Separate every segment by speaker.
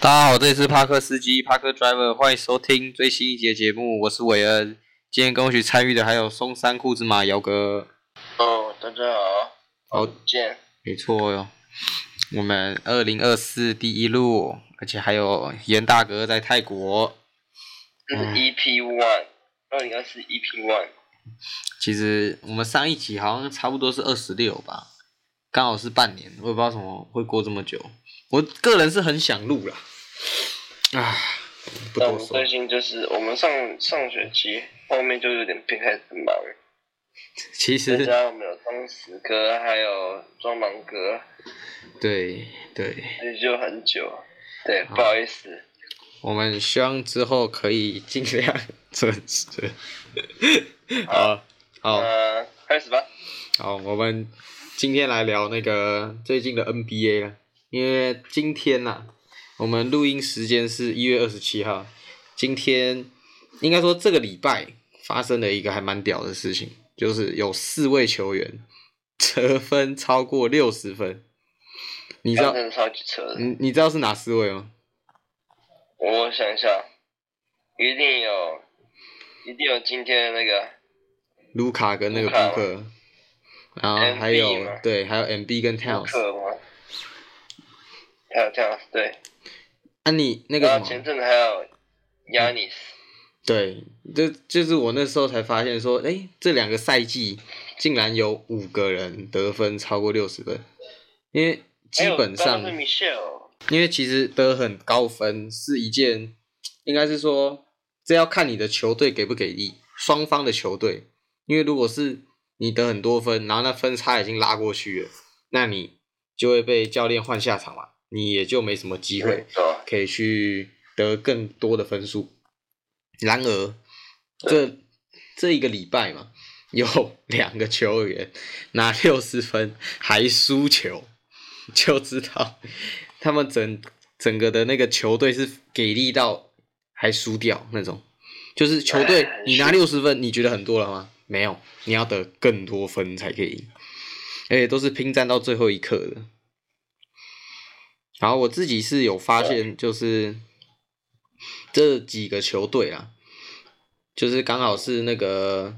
Speaker 1: 大家好，这里是帕克司机帕克 Driver，欢迎收听最新一节节目，我是韦恩。今天跟我一起参与的还有松山裤子马姚哥。
Speaker 2: 哦，大家好，
Speaker 1: 好，
Speaker 2: 见。
Speaker 1: 没错哟，我们二零二四第一路，而且还有严大哥在泰国。
Speaker 2: 这是
Speaker 1: 嗯
Speaker 2: EP One，二零二四 EP E One。
Speaker 1: 其实我们上一集好像差不多是二十六吧，刚好是半年，我也不知道怎么会过这么久。我个人是很想录啦，啊，不
Speaker 2: 那我
Speaker 1: 多
Speaker 2: 们
Speaker 1: 说
Speaker 2: 最，近就是我们上上学期后面就有点变开始 忙，
Speaker 1: 其
Speaker 2: 再
Speaker 1: 实
Speaker 2: 加上我们有装死歌，还有装忙歌，
Speaker 1: 对对。
Speaker 2: 所以就很久。对，
Speaker 1: 好
Speaker 2: 不好意思，
Speaker 1: 我们希望之后可以尽量 准时。好，好，
Speaker 2: 呃，开始吧。
Speaker 1: 好，我们今天来聊那个最近的 NBA 了，因为今天呐、啊我们录音时间是一月二十七号，今天应该说这个礼拜发生了一个还蛮屌的事情，就是有四位球员 得分超过六十分，你
Speaker 2: 你
Speaker 1: 知道嗯
Speaker 2: 真的超级扯的。
Speaker 1: 你你知道是哪四位吗？
Speaker 2: 我想一下，一定有，一定有今天的那个
Speaker 1: 卢卡跟那个
Speaker 2: 卢卡
Speaker 1: 布克，然后
Speaker 2: MB
Speaker 1: 还有
Speaker 2: 嘛
Speaker 1: 对，还有 MB 跟
Speaker 2: 顾
Speaker 1: Towns。
Speaker 2: 客吗？还有这样，对。
Speaker 1: 啊，你那个
Speaker 2: 然
Speaker 1: 什
Speaker 2: 后前
Speaker 1: 么？嗯
Speaker 2: 阵子还有亚尼斯，
Speaker 1: 对，这就是我那时候才发现说，哎、这两个赛季竟然有五个人得分超过六十分，因为基本
Speaker 2: 还有
Speaker 1: 上
Speaker 2: 刚刚是 Michelle，
Speaker 1: 因为其实得很高分是一件，应该是说这要看你的球队给不给力，双方的球队。因为如果是你得很多分，然后那分差已经拉过去了，那你就会被教练换下场嘛，你也就没什么机会
Speaker 2: 对，
Speaker 1: 可以去得更多的分数。然而，这这一个礼拜嘛，有 两个球员拿六十分还输球，就知道他们整整个的那个球队是给力到还输掉那种。就是球队
Speaker 2: 哎
Speaker 1: 你拿六十分，你觉得很多了吗？没有，你要得更多分才可以赢，而且都是拼战到最后一刻的。然后我自己是有发现，就是这几个球队啊，就是刚好是那个，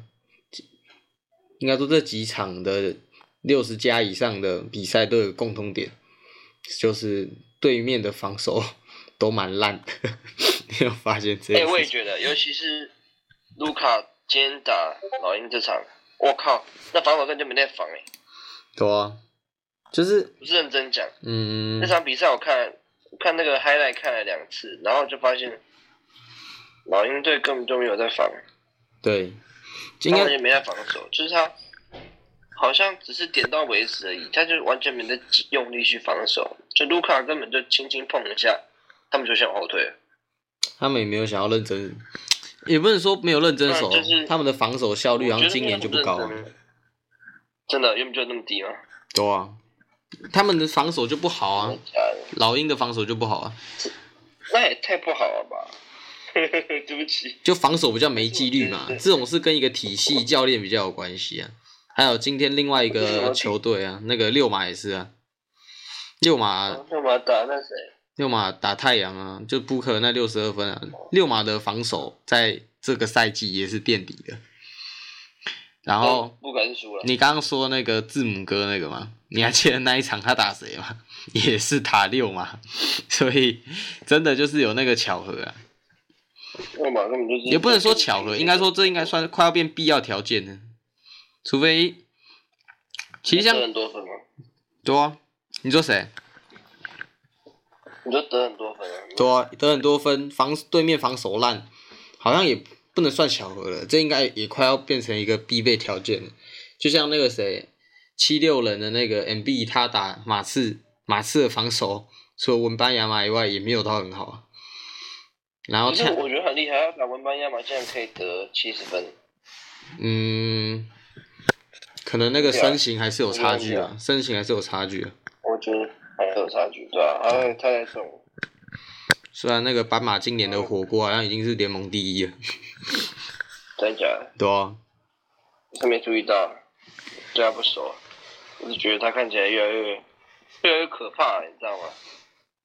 Speaker 1: 应该说这几场的六十加以上的比赛都有共通点，就是对面的防守 都蛮烂的。 你有发现这
Speaker 2: 哎、
Speaker 1: 件
Speaker 2: 我
Speaker 1: 事
Speaker 2: 也
Speaker 1: 情？
Speaker 2: 觉得，尤其是卢卡今天打老鹰这场，我靠，那防守根本就没在防哎、
Speaker 1: 对啊，就是
Speaker 2: 不是认真讲。
Speaker 1: 嗯
Speaker 2: 那，场比赛我看，我看那个 highlight 看了两次，然后就发现老鹰队根本就没有在防，
Speaker 1: 对，应
Speaker 2: 他
Speaker 1: 该
Speaker 2: 完全没在防守，就是他好像只是点到为止而已，他就完全没在用力去防守，就卢卡根本就轻轻碰一下，他们就想后退了。
Speaker 1: 他们也没有想要认真，也不能说没有认真守，
Speaker 2: 嗯就是
Speaker 1: 他们的防守效率好像今年就不高啊
Speaker 2: 我觉得没有那么认真。真的原本就那么低吗？
Speaker 1: 对啊，他们的防守就不好啊，
Speaker 2: 假的
Speaker 1: 老鹰的防守就不好啊，
Speaker 2: 那也太不好了吧！对不起，
Speaker 1: 就防守比较没纪律嘛。
Speaker 2: 对对对
Speaker 1: 这种是跟一个体系、教练比较有关系啊。还有今天另外一个球队啊，那个六马也是啊，六马
Speaker 2: 干嘛打那谁？
Speaker 1: 六马打太阳啊，就布克那六十二分啊，六马的防守在这个赛季也是垫底的。然后
Speaker 2: 不管是输了，
Speaker 1: 哦你刚刚说那个字母哥那个吗？你还记得那一场他打谁吗？ 也是打六嘛，所以真的就是有那个巧合啊，
Speaker 2: 干嘛根本就是
Speaker 1: 也不能说巧合，应该说这应该算是快要变必要条件了，除非其实像
Speaker 2: 得很多分吗？
Speaker 1: 对啊，你说谁？
Speaker 2: 你就得很多分啊！
Speaker 1: 对啊，得很多分，防对面防守烂，好像也不能算巧合了，这应该也快要变成一个必备条件了。就像那个谁，七六人的那个 MB，他打马刺，马刺的防守除了文班亚马以外，也没有到很好啊。然后
Speaker 2: 可是
Speaker 1: 像
Speaker 2: 我觉得很厉害，他打文班亚马竟然可以得七十分，
Speaker 1: 嗯，可能那个身形还是有差距啊，身形还是有差距啊。
Speaker 2: 我觉得还是有差距，对吧、啊？哎，他在送，
Speaker 1: 虽然那个斑马今年的火锅好像已经是联盟第一了，
Speaker 2: 真假的？
Speaker 1: 对啊，
Speaker 2: 他没注意到，对他不熟，我就觉得他看起来越来越越来越可怕，你知道吗？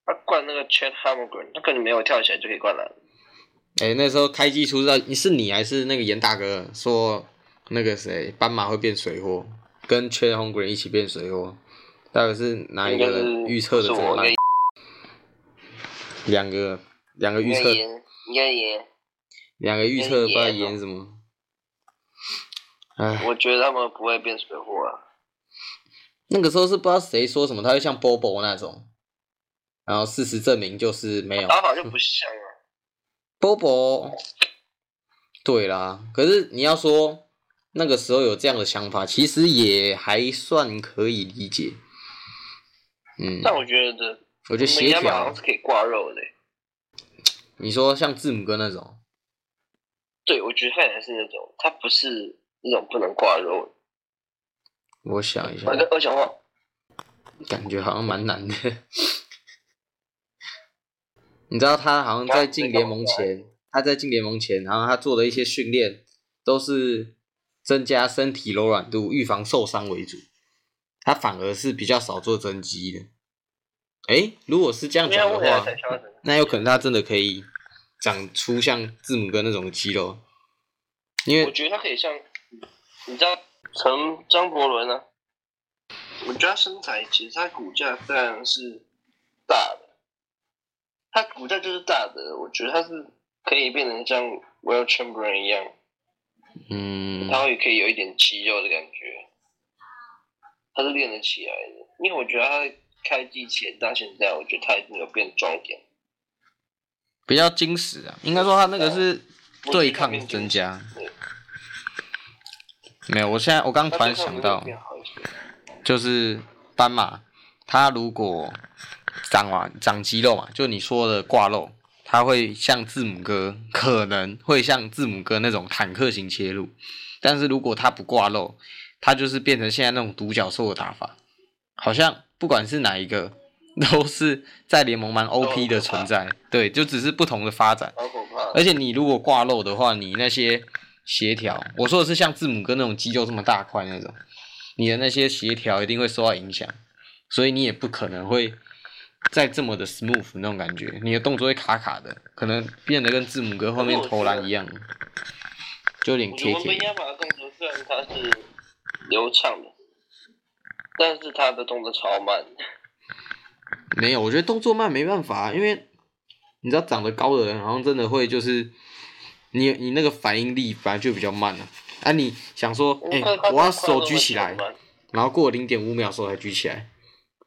Speaker 2: 他灌那个 Chet Hamilton，他根本没有跳起来就可以灌篮。
Speaker 1: 哎、那时候开季出道，你是你还是那个严大哥说那个谁斑马会变水货，跟 Chet h o n g r e n 一起变水货，到底是哪一个人
Speaker 2: 应该是
Speaker 1: 预测的
Speaker 2: 是
Speaker 1: 这
Speaker 2: 我
Speaker 1: 么烂
Speaker 2: 应？
Speaker 1: 两个两个
Speaker 2: 应
Speaker 1: 预
Speaker 2: 该
Speaker 1: 测，
Speaker 2: 赢，应该赢。
Speaker 1: 两个预测不知道
Speaker 2: 应该赢哦
Speaker 1: 演什么。哎，
Speaker 2: 我觉得他们不会变水货啊。
Speaker 1: 那个时候是不知道谁说什么，他会像 Bobo 那种，然后事实证明就是没有。
Speaker 2: 打法就不像啊。
Speaker 1: Bobo，对啦，可是你要说那个时候有这样的想法，其实也还算可以理解。嗯，
Speaker 2: 但我觉得
Speaker 1: 我觉得协
Speaker 2: 梅亚马好
Speaker 1: 调
Speaker 2: 像，是可以挂肉的欸、
Speaker 1: 你说像字母哥那种，
Speaker 2: 对，我觉得他也是那种，他不是那种不能挂肉的。
Speaker 1: 我想一下
Speaker 2: 反，正二强化，
Speaker 1: 感觉好像蛮难的。 你知道他好像在进联盟前，他在进联盟前，然后他做的一些训练都是增加身体柔软度、预防受伤为主，他反而是比较少做增肌的。诶，如果是这样
Speaker 2: 因为他
Speaker 1: 讲的
Speaker 2: 未来
Speaker 1: 话，
Speaker 2: 才挑人。
Speaker 1: 那有可能他真的可以长出像字母哥那种的肌肉，因
Speaker 2: 我
Speaker 1: 为
Speaker 2: 觉得他可以像，你知道陈张伯伦啊，我觉得他身材其实他骨架虽然是大的，他骨架就是大的，我觉得他是可以变成像 Will Chamberlain 一样，
Speaker 1: 嗯，
Speaker 2: 他会可以有一点肌肉的感觉，他是练得起来的。因为我觉得他开机前到现在，我觉得他已经有变壮一点，
Speaker 1: 比较精实啊，应该说他那个是
Speaker 2: 我觉得
Speaker 1: 对抗
Speaker 2: 他变
Speaker 1: 增加
Speaker 2: 对。
Speaker 1: 没有，我现在我刚
Speaker 2: 他
Speaker 1: 突然
Speaker 2: 对
Speaker 1: 想
Speaker 2: 抗能力
Speaker 1: 嗯到，
Speaker 2: 变好一些
Speaker 1: 就是斑马，它如果长完长肌肉嘛，就你说的挂肉，它会像字母哥，可能会像字母哥那种坦克型切入，但是如果它不挂肉，它就是变成现在那种独角兽的打法，好像不管是哪一个， 都是在联盟蛮 OP 的存在，对，就只是不同的发展。
Speaker 2: 好可怕。
Speaker 1: 而且你如果挂漏的话，你那些协调，我说的是像字母哥那种肌肉这么大块那种，你的那些协调一定会受到影响，所以你也不可能会再这么的 smooth 那种感觉，你的动作会卡卡的，可能变得跟字母哥后面投篮一样，就有点
Speaker 2: 我觉
Speaker 1: 贴
Speaker 2: 得温
Speaker 1: 贴
Speaker 2: 贝。亚马的动作虽然他是流畅的，但是他的动作超慢。
Speaker 1: 没有，我觉得动作慢没办法，因为你知道长得高的人好像真的会就是你你那个反应力本来就比较慢了、啊。你想说，哎、
Speaker 2: 快快
Speaker 1: 我要
Speaker 2: 快
Speaker 1: 手
Speaker 2: 快
Speaker 1: 举起来，
Speaker 2: 快
Speaker 1: 然后过零点五秒的时候才举起来。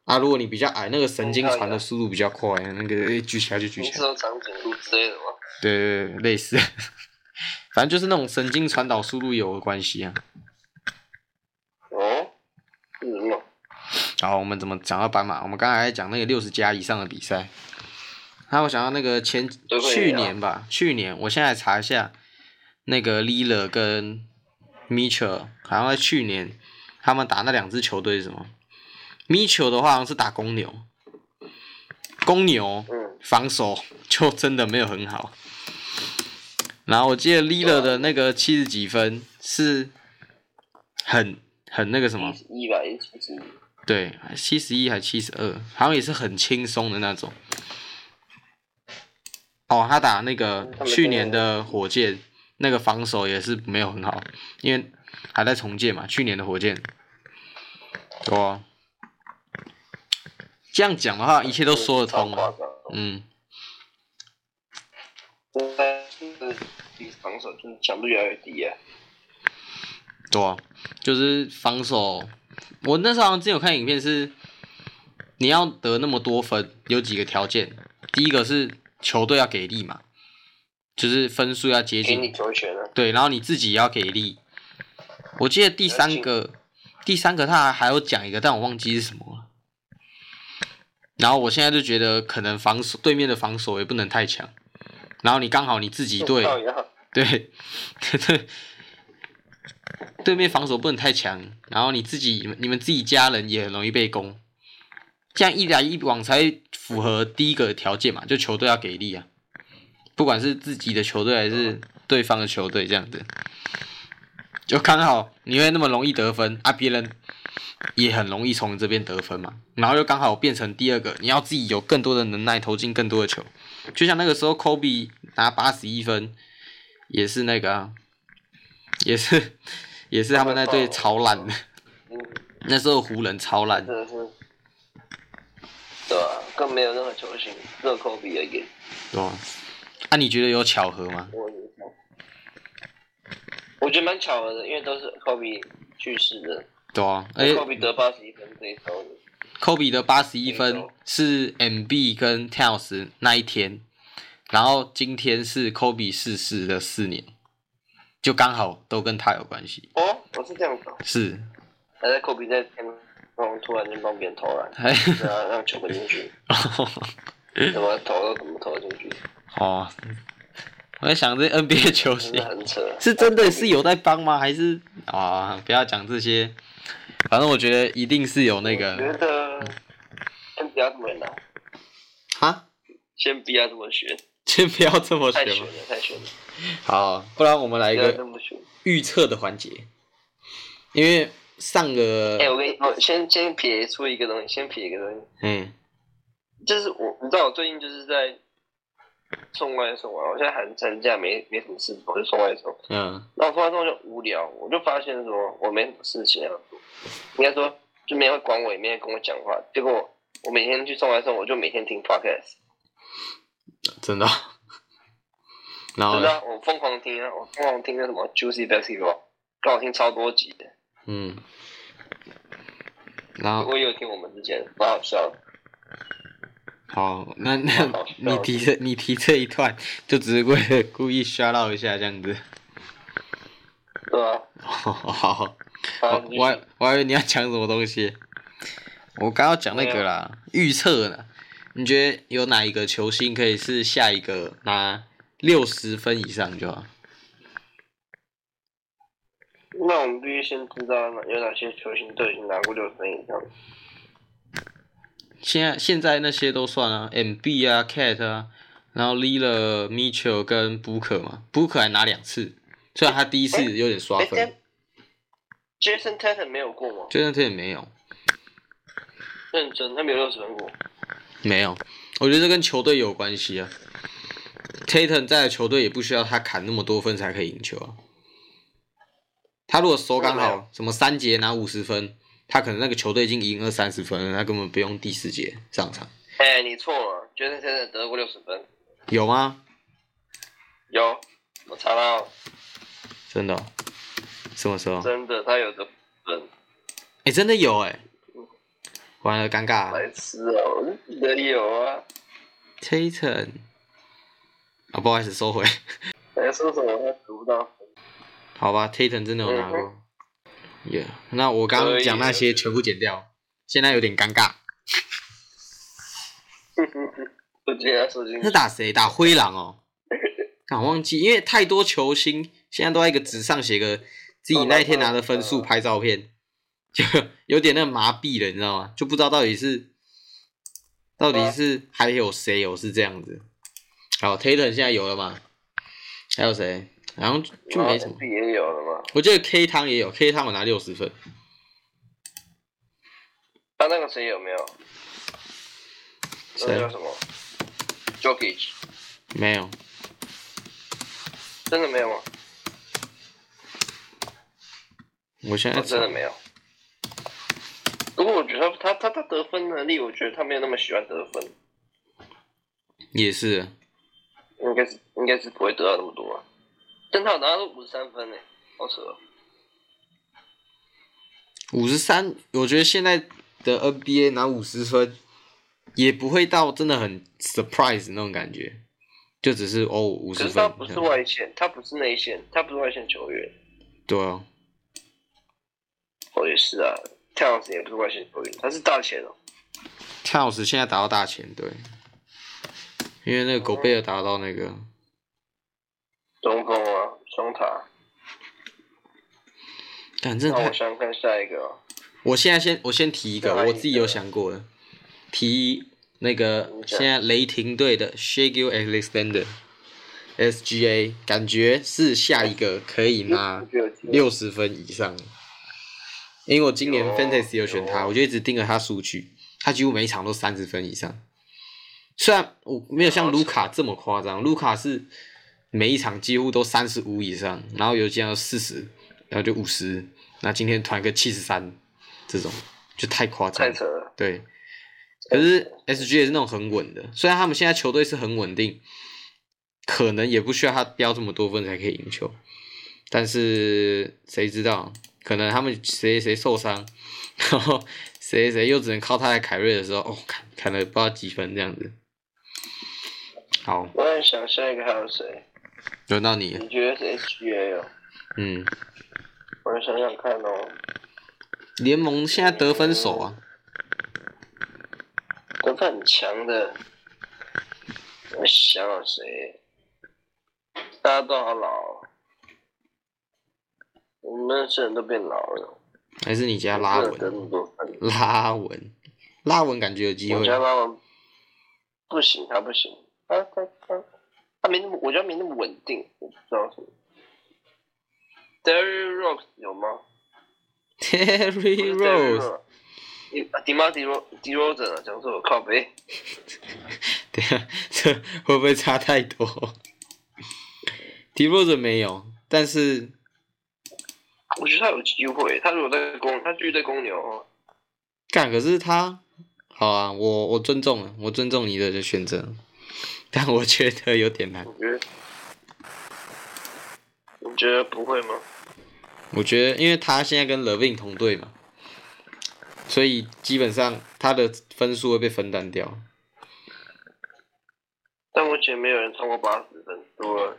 Speaker 1: 啊，如果你比较矮，那个神经传的速度比较快，那个诶举起来就举
Speaker 2: 你
Speaker 1: 起
Speaker 2: 知
Speaker 1: 来。
Speaker 2: 道长颈鹿之类的吗？
Speaker 1: 对对对，类似， 反正就是那种神经传导速度有关系啊。
Speaker 2: 哦，是什么？
Speaker 1: 好，我们怎么讲到斑马？我们刚才在讲那个六十加以上的比赛，还有我想到那个前
Speaker 2: 对会啊
Speaker 1: 去年吧，去年我现在查一下，那个 l i l a 跟 Mitchell 好像在去年他们打那两支球队是什么？Mitchell 的话好像是打公牛，公牛
Speaker 2: 嗯，
Speaker 1: 防守就真的没有很好。然后我记得 l i l a 的那个七十几分是很很那个什么
Speaker 2: 一，一百一十几，
Speaker 1: 对，七十一还七十二，好像也是很轻松的那种。哦，他打那个
Speaker 2: 他们
Speaker 1: 去年的火箭，那个防守也是没有很好，因为还在重建嘛。去年的火箭，对啊。这样讲的话，一切都说得通
Speaker 2: 超
Speaker 1: 啊。
Speaker 2: 夸张。
Speaker 1: 嗯，
Speaker 2: 真的是比防守就是强度越来越低啊。
Speaker 1: 对啊，就是防守。我那时候好像之前有看影片是，你要得那么多分，有几个条件。第一个是球队要给力嘛，就是分数要接
Speaker 2: 给你
Speaker 1: 近，
Speaker 2: 球权了，
Speaker 1: 对，然后你自己也要给力。我记得第三个，第三个他还还有讲一个，但我忘记是什么了。然后我现在就觉得，可能防守对面的防守也不能太强，然后你刚好你自己队
Speaker 2: 靠呀
Speaker 1: 对， 对，对面防守不能太强，然后你自己你们自己家人也很容易被攻，这样一来一往才符合第一个条件嘛，就球队要给力啊，不管是自己的球队还是对方的球队这样子，就刚好你会那么容易得分啊，别人也很容易从你这边得分嘛。然后又刚好变成第二个，你要自己有更多的能耐，投进更多的球。就像那个时候科比拿八十一分，也是那个、啊，也是 也是他们那队超烂的，
Speaker 2: 嗯，
Speaker 1: 那时候湖人超烂
Speaker 2: 真，的是，对啊，更没有任何球星，只有科比而已。
Speaker 1: 对吧、啊，你觉得有巧合吗？
Speaker 2: 我印象我觉得蛮巧合的，因为都是科比去世的，
Speaker 1: 对啊，而且
Speaker 2: 科比得八十一分这一周的，
Speaker 1: 科比的八十一
Speaker 2: 没
Speaker 1: 分
Speaker 2: 错
Speaker 1: 是 MB 跟 t e l s 那一天，然后今天是科比逝世的四年，就刚好都跟他有关系。
Speaker 2: 哦，我是这样子哦，
Speaker 1: 是，
Speaker 2: 还在科比在天空突然间帮别人投篮，
Speaker 1: 哎，
Speaker 2: 然后让球滚进去，怎么投都怎么投得进去，
Speaker 1: 哦，我在想这 NBA 球
Speaker 2: 真的
Speaker 1: 星
Speaker 2: 很扯。
Speaker 1: 是真的是有在帮吗？还是啊、不要讲这些，反正我觉得一定是有那
Speaker 2: 我觉
Speaker 1: 个
Speaker 2: 得先不要这么拿，
Speaker 1: 啊，
Speaker 2: 先不要这么学，
Speaker 1: 先不要这么
Speaker 2: 太
Speaker 1: 学
Speaker 2: 悬
Speaker 1: 嘛
Speaker 2: 了，太悬了，
Speaker 1: 好，不然我们来
Speaker 2: 不
Speaker 1: 一
Speaker 2: 要
Speaker 1: 个
Speaker 2: 这么学。
Speaker 1: 预测的环节，因为上个
Speaker 2: 哎、我跟你，我先先撇出一个东西，先撇一个东西。
Speaker 1: 嗯
Speaker 2: 就是我，你知道我最近就是在送外送啊，我现在寒寒假没没什么事，我就送外送。
Speaker 1: 嗯
Speaker 2: 然后送外送就无聊，我就发现说我没什么事情要做，应该说就没人会管我，也没人跟我讲话。结果我我每天去送外送，我就每天听 podcast，
Speaker 1: 真的哦。然后
Speaker 2: 真
Speaker 1: 呢
Speaker 2: 的啊、我疯狂听啊，我疯狂听那什么 Juicy Basketball，让我听超多集的。
Speaker 1: 嗯，然后
Speaker 2: 我也有听我们之前，蛮好笑的。
Speaker 1: 好，那那
Speaker 2: 好笑
Speaker 1: 你提这你提这一段，就只是为了故意 shout out 一下这样子。
Speaker 2: 对吧？
Speaker 1: 好，
Speaker 2: 啊
Speaker 1: 我我还我还以为你要讲什么东西。我刚要讲那个啦，预测呢？你觉得有哪一个球星可以是下一个拿六十分以上就好？
Speaker 2: 那我们必须先知道哪啊有哪些球星都已经拿过六十分以上。
Speaker 1: 现在现在那些都算啊，M B 啊，Cat 啊，然后 Lila、Mitchell 跟 Booker 嘛，Booker 还拿两次，虽然他第一次有点刷
Speaker 2: 哎
Speaker 1: 分，
Speaker 2: Jason Tatum 没有过吗？
Speaker 1: 就那这也没有，
Speaker 2: 认真，他没有六十分过。
Speaker 1: 没有，我觉得这跟球队有关系啊。Tatum 在的球队也不需要他砍那么多分才可以赢球啊。他如果手感
Speaker 2: 没有
Speaker 1: 好，什么三节拿五十分，他可能那个球队已经赢二三十分了，他根本不用第四节上场，
Speaker 2: 哎、你错了，Jason Tatum 得过六十分，
Speaker 1: 有吗？
Speaker 2: 有，我查到，
Speaker 1: 真的哦、什么时候？
Speaker 2: 真的他有得分，
Speaker 1: 哎、真的有哎、完了，尴尬、
Speaker 2: 白痴啊，我就记得有啊。
Speaker 1: Tatum，啊、不好意思，收回。
Speaker 2: 还说什么他得不到分？
Speaker 1: 好吧，Tatum 真的有拿
Speaker 2: 嗯
Speaker 1: 过。Yeah，那我刚刚讲那
Speaker 2: 可以
Speaker 1: 些全部剪掉，现在有点尴尬。
Speaker 2: 我记得他说进
Speaker 1: 是
Speaker 2: 去，
Speaker 1: 打谁？打灰狼 哦。啊，忘记，因为太多球星现在都在一个纸上写个自己那一天拿的分数拍照片，就 有点那麻痹了，你知道吗？就不知道到底是到底是还有谁有是这样子。好，Tatum 现在有了嘛？还有谁？然后就没什么。
Speaker 2: 自己也有了嘛。
Speaker 1: 我记得 K 汤也有，K 汤我拿六十分，
Speaker 2: 他啊那个谁有没有？那
Speaker 1: 谁
Speaker 2: 叫什么？Jokic，
Speaker 1: 没有。
Speaker 2: 真的没有吗？
Speaker 1: 我现在
Speaker 2: 我真的没有。不过我觉得他他他得分能力，我觉得他没有那么喜欢得分，
Speaker 1: 也是，
Speaker 2: 应该是应该是不会得到那么多、啊。但他有拿到五十三分呢、好扯哦、
Speaker 1: 五十三，我觉得现在的 NBA 拿五十分，也不会到真的很 surprise 那种感觉，就只是哦五
Speaker 2: 可
Speaker 1: 十
Speaker 2: 是他
Speaker 1: 分，
Speaker 2: 不是外线，他不是内线，他不是外线球员。
Speaker 1: 对啊，
Speaker 2: 哦，也是啊，太阳神也不是外线球员，他是大前哦。
Speaker 1: 跳石现在打到大前对，因为那个狗贝尔打到那个，
Speaker 2: 中锋啊，双塔。
Speaker 1: 但真
Speaker 2: 那
Speaker 1: 的
Speaker 2: 我
Speaker 1: 太，
Speaker 2: 想看下一个、哦，
Speaker 1: 我现在先我先提一个
Speaker 2: 再来一，个
Speaker 1: 我自己有想过的，提那个
Speaker 2: 你讲
Speaker 1: 现在雷霆队的 Shaggy Alexander。SGA 感觉是下一个可以拿
Speaker 2: 我觉得有机会
Speaker 1: 六十分以上的因为我今年
Speaker 2: 有
Speaker 1: Fantasy 有选他，
Speaker 2: 有
Speaker 1: 我就一直盯着他数据，他几乎每一场都三十分以上。虽然我没有像卢卡这么夸张，卢卡是每一场几乎都三十五以上，然后有些要四十，然后就五十，那今天团个七十三，这种就太夸张
Speaker 2: 太
Speaker 1: 了。
Speaker 2: 扯了。
Speaker 1: 对，可是 SG 也是那种很稳的，虽然他们现在球队是很稳定，可能也不需要他飙这么多分才可以赢球，但是谁知道，可能他们谁谁受伤，然后谁谁又只能靠他来凯瑞的时候，哦，砍砍了不知道几分这样子。好，
Speaker 2: 我在想下一个还有谁？
Speaker 1: 轮到你了，
Speaker 2: 你觉得是 HBA 哦？
Speaker 1: 嗯，
Speaker 2: 我来想想看哦。
Speaker 1: 联盟现在得分手啊，
Speaker 2: 得分很强的，我想想谁？大家都好老哦，我们认识人都变老了。
Speaker 1: 还是你家拉
Speaker 2: 不能得那
Speaker 1: 文？
Speaker 2: 么多分，
Speaker 1: 拉文，拉文感觉有机
Speaker 2: 我
Speaker 1: 会
Speaker 2: 家拉文不行，他不行，他他他他没那么，我觉得没那么稳定，我不知道为什么。Derry Rose 有吗
Speaker 1: ，Terry Rose。
Speaker 2: 迪马迪罗迪罗整啊，讲错了，靠背。
Speaker 1: 等一下，啊这会不会差太多？迪洛者没有，但是
Speaker 2: 我觉得他有机会，他如果在公，他继续在公牛的话，
Speaker 1: 干，可是他好啊，我我尊重了，我尊重你的选择，但我觉得有点难
Speaker 2: 我。觉得，你觉得不会吗？
Speaker 1: 我觉得，因为他现在跟 Levin 同队嘛，所以基本上他的分数会被分担掉。
Speaker 2: 但我觉得没有人超过八十分，除了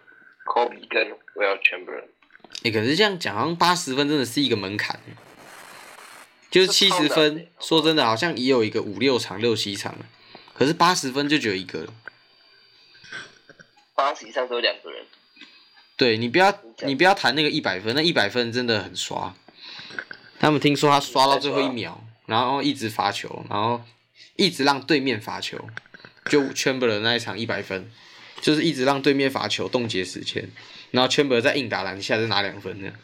Speaker 2: Kobe 跟 Will Chamberlain。
Speaker 1: 哎、可是这样讲，好像八十分真的是一个门槛，欸就是七十
Speaker 2: 这超难的
Speaker 1: 分。说真的，好像也有一个五六场、六七场了，可是八十分就只有一个了。
Speaker 2: 八十以上都有两个人，
Speaker 1: 对你不要
Speaker 2: 讲
Speaker 1: 你不要谈那个一百分，那一百分真的很刷。他们听说他刷到最后一秒，然后一直罚球，然后一直让对面罚球，就 Chamberlain 那一场一百分，就是一直让对面罚球冻结时间，然后 Chamberlain 再硬打篮下再拿两分这样，